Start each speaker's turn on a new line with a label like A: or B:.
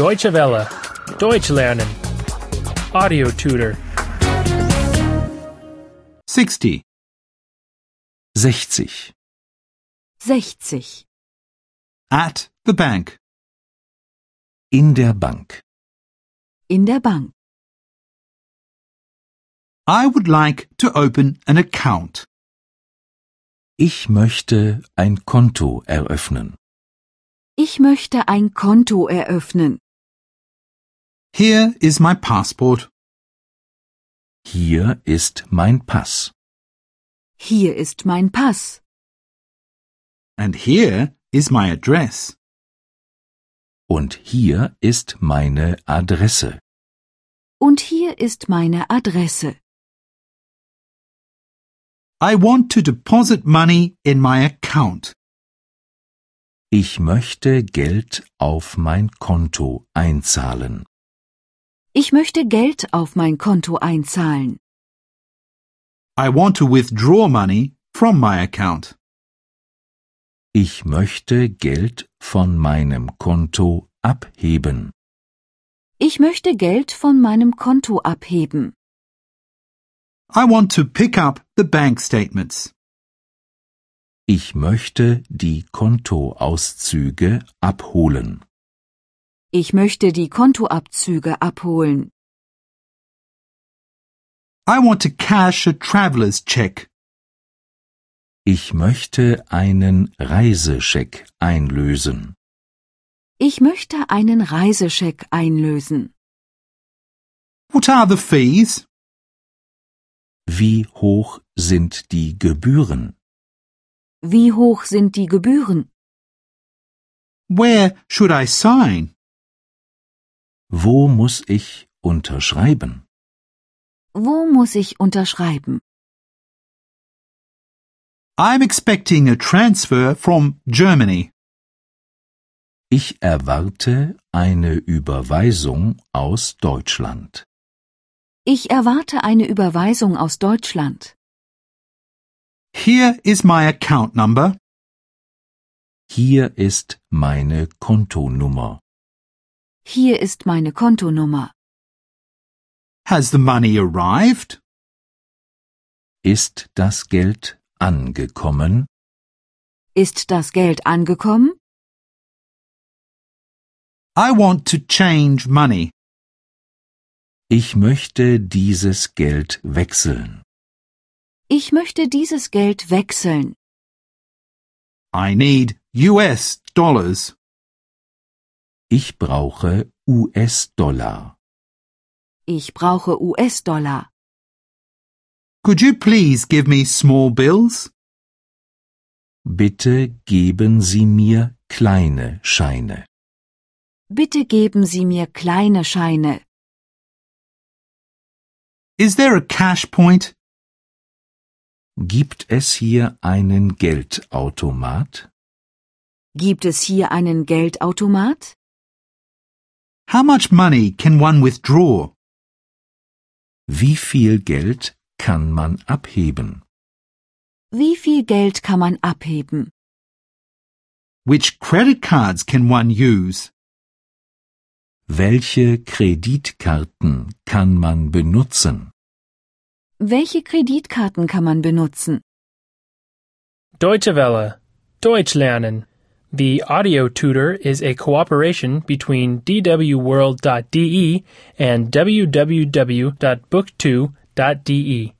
A: Deutsche Welle. Deutsch lernen. Audio tutor.
B: 60. 60.
C: 60.
B: At the bank. In der Bank.
C: In der Bank.
B: I would like to open an account.
D: Ich möchte ein Konto eröffnen.
C: Ich möchte ein Konto eröffnen.
B: Here is my passport.
D: Hier ist mein Pass.
C: Hier ist mein Pass.
B: And here is my address.
D: Und hier ist meine Adresse.
C: Und hier ist meine Adresse.
B: I want to deposit money in my account.
D: Ich möchte Geld auf mein Konto einzahlen.
C: Ich möchte Geld auf mein Konto einzahlen.
B: I want to withdraw money from my account.
D: Ich möchte Geld von meinem Konto abheben.
C: Ich möchte Geld von meinem Konto abheben.
B: I want to pick up the bank statements.
D: Ich möchte die Kontoauszüge abholen.
C: Ich möchte die Kontoabzüge abholen.
B: I want to cash a traveler's check.
D: Ich möchte einen Reisescheck einlösen.
C: Ich möchte einen Reisescheck einlösen.
B: What are the fees?
D: Wie hoch sind die Gebühren?
C: Wie hoch sind die Gebühren?
B: Where should I sign?
D: Wo muss ich unterschreiben?
C: Wo muss ich unterschreiben?
B: I'm expecting a transfer from Germany.
D: Ich erwarte eine Überweisung aus Deutschland.
C: Ich erwarte eine Überweisung aus Deutschland.
B: Here is my account number.
D: Hier ist meine Kontonummer.
C: Hier ist meine Kontonummer.
B: Has the money arrived?
D: Ist das Geld angekommen?
C: Ist das Geld angekommen?
B: I want to change money.
D: Ich möchte dieses Geld wechseln.
C: Ich möchte dieses Geld wechseln.
B: I need US dollars.
D: Ich brauche US-Dollar.
C: Ich brauche US-Dollar.
B: Could you please give me small bills?
D: Bitte geben Sie mir kleine Scheine.
C: Bitte geben Sie mir kleine Scheine.
B: Is there a cash point?
D: Gibt es hier einen Geldautomat?
C: Gibt es hier einen Geldautomat?
B: How much money can one withdraw?
D: Wie viel Geld kann man abheben?
C: Wie viel Geld kann man abheben?
B: Which credit cards can one use?
D: Welche Kreditkarten kann man benutzen?
C: Welche Kreditkarten kann man benutzen?
A: Deutsche Welle. Deutsch lernen. The audio tutor is a cooperation between E dwworld.de and www.book2.de.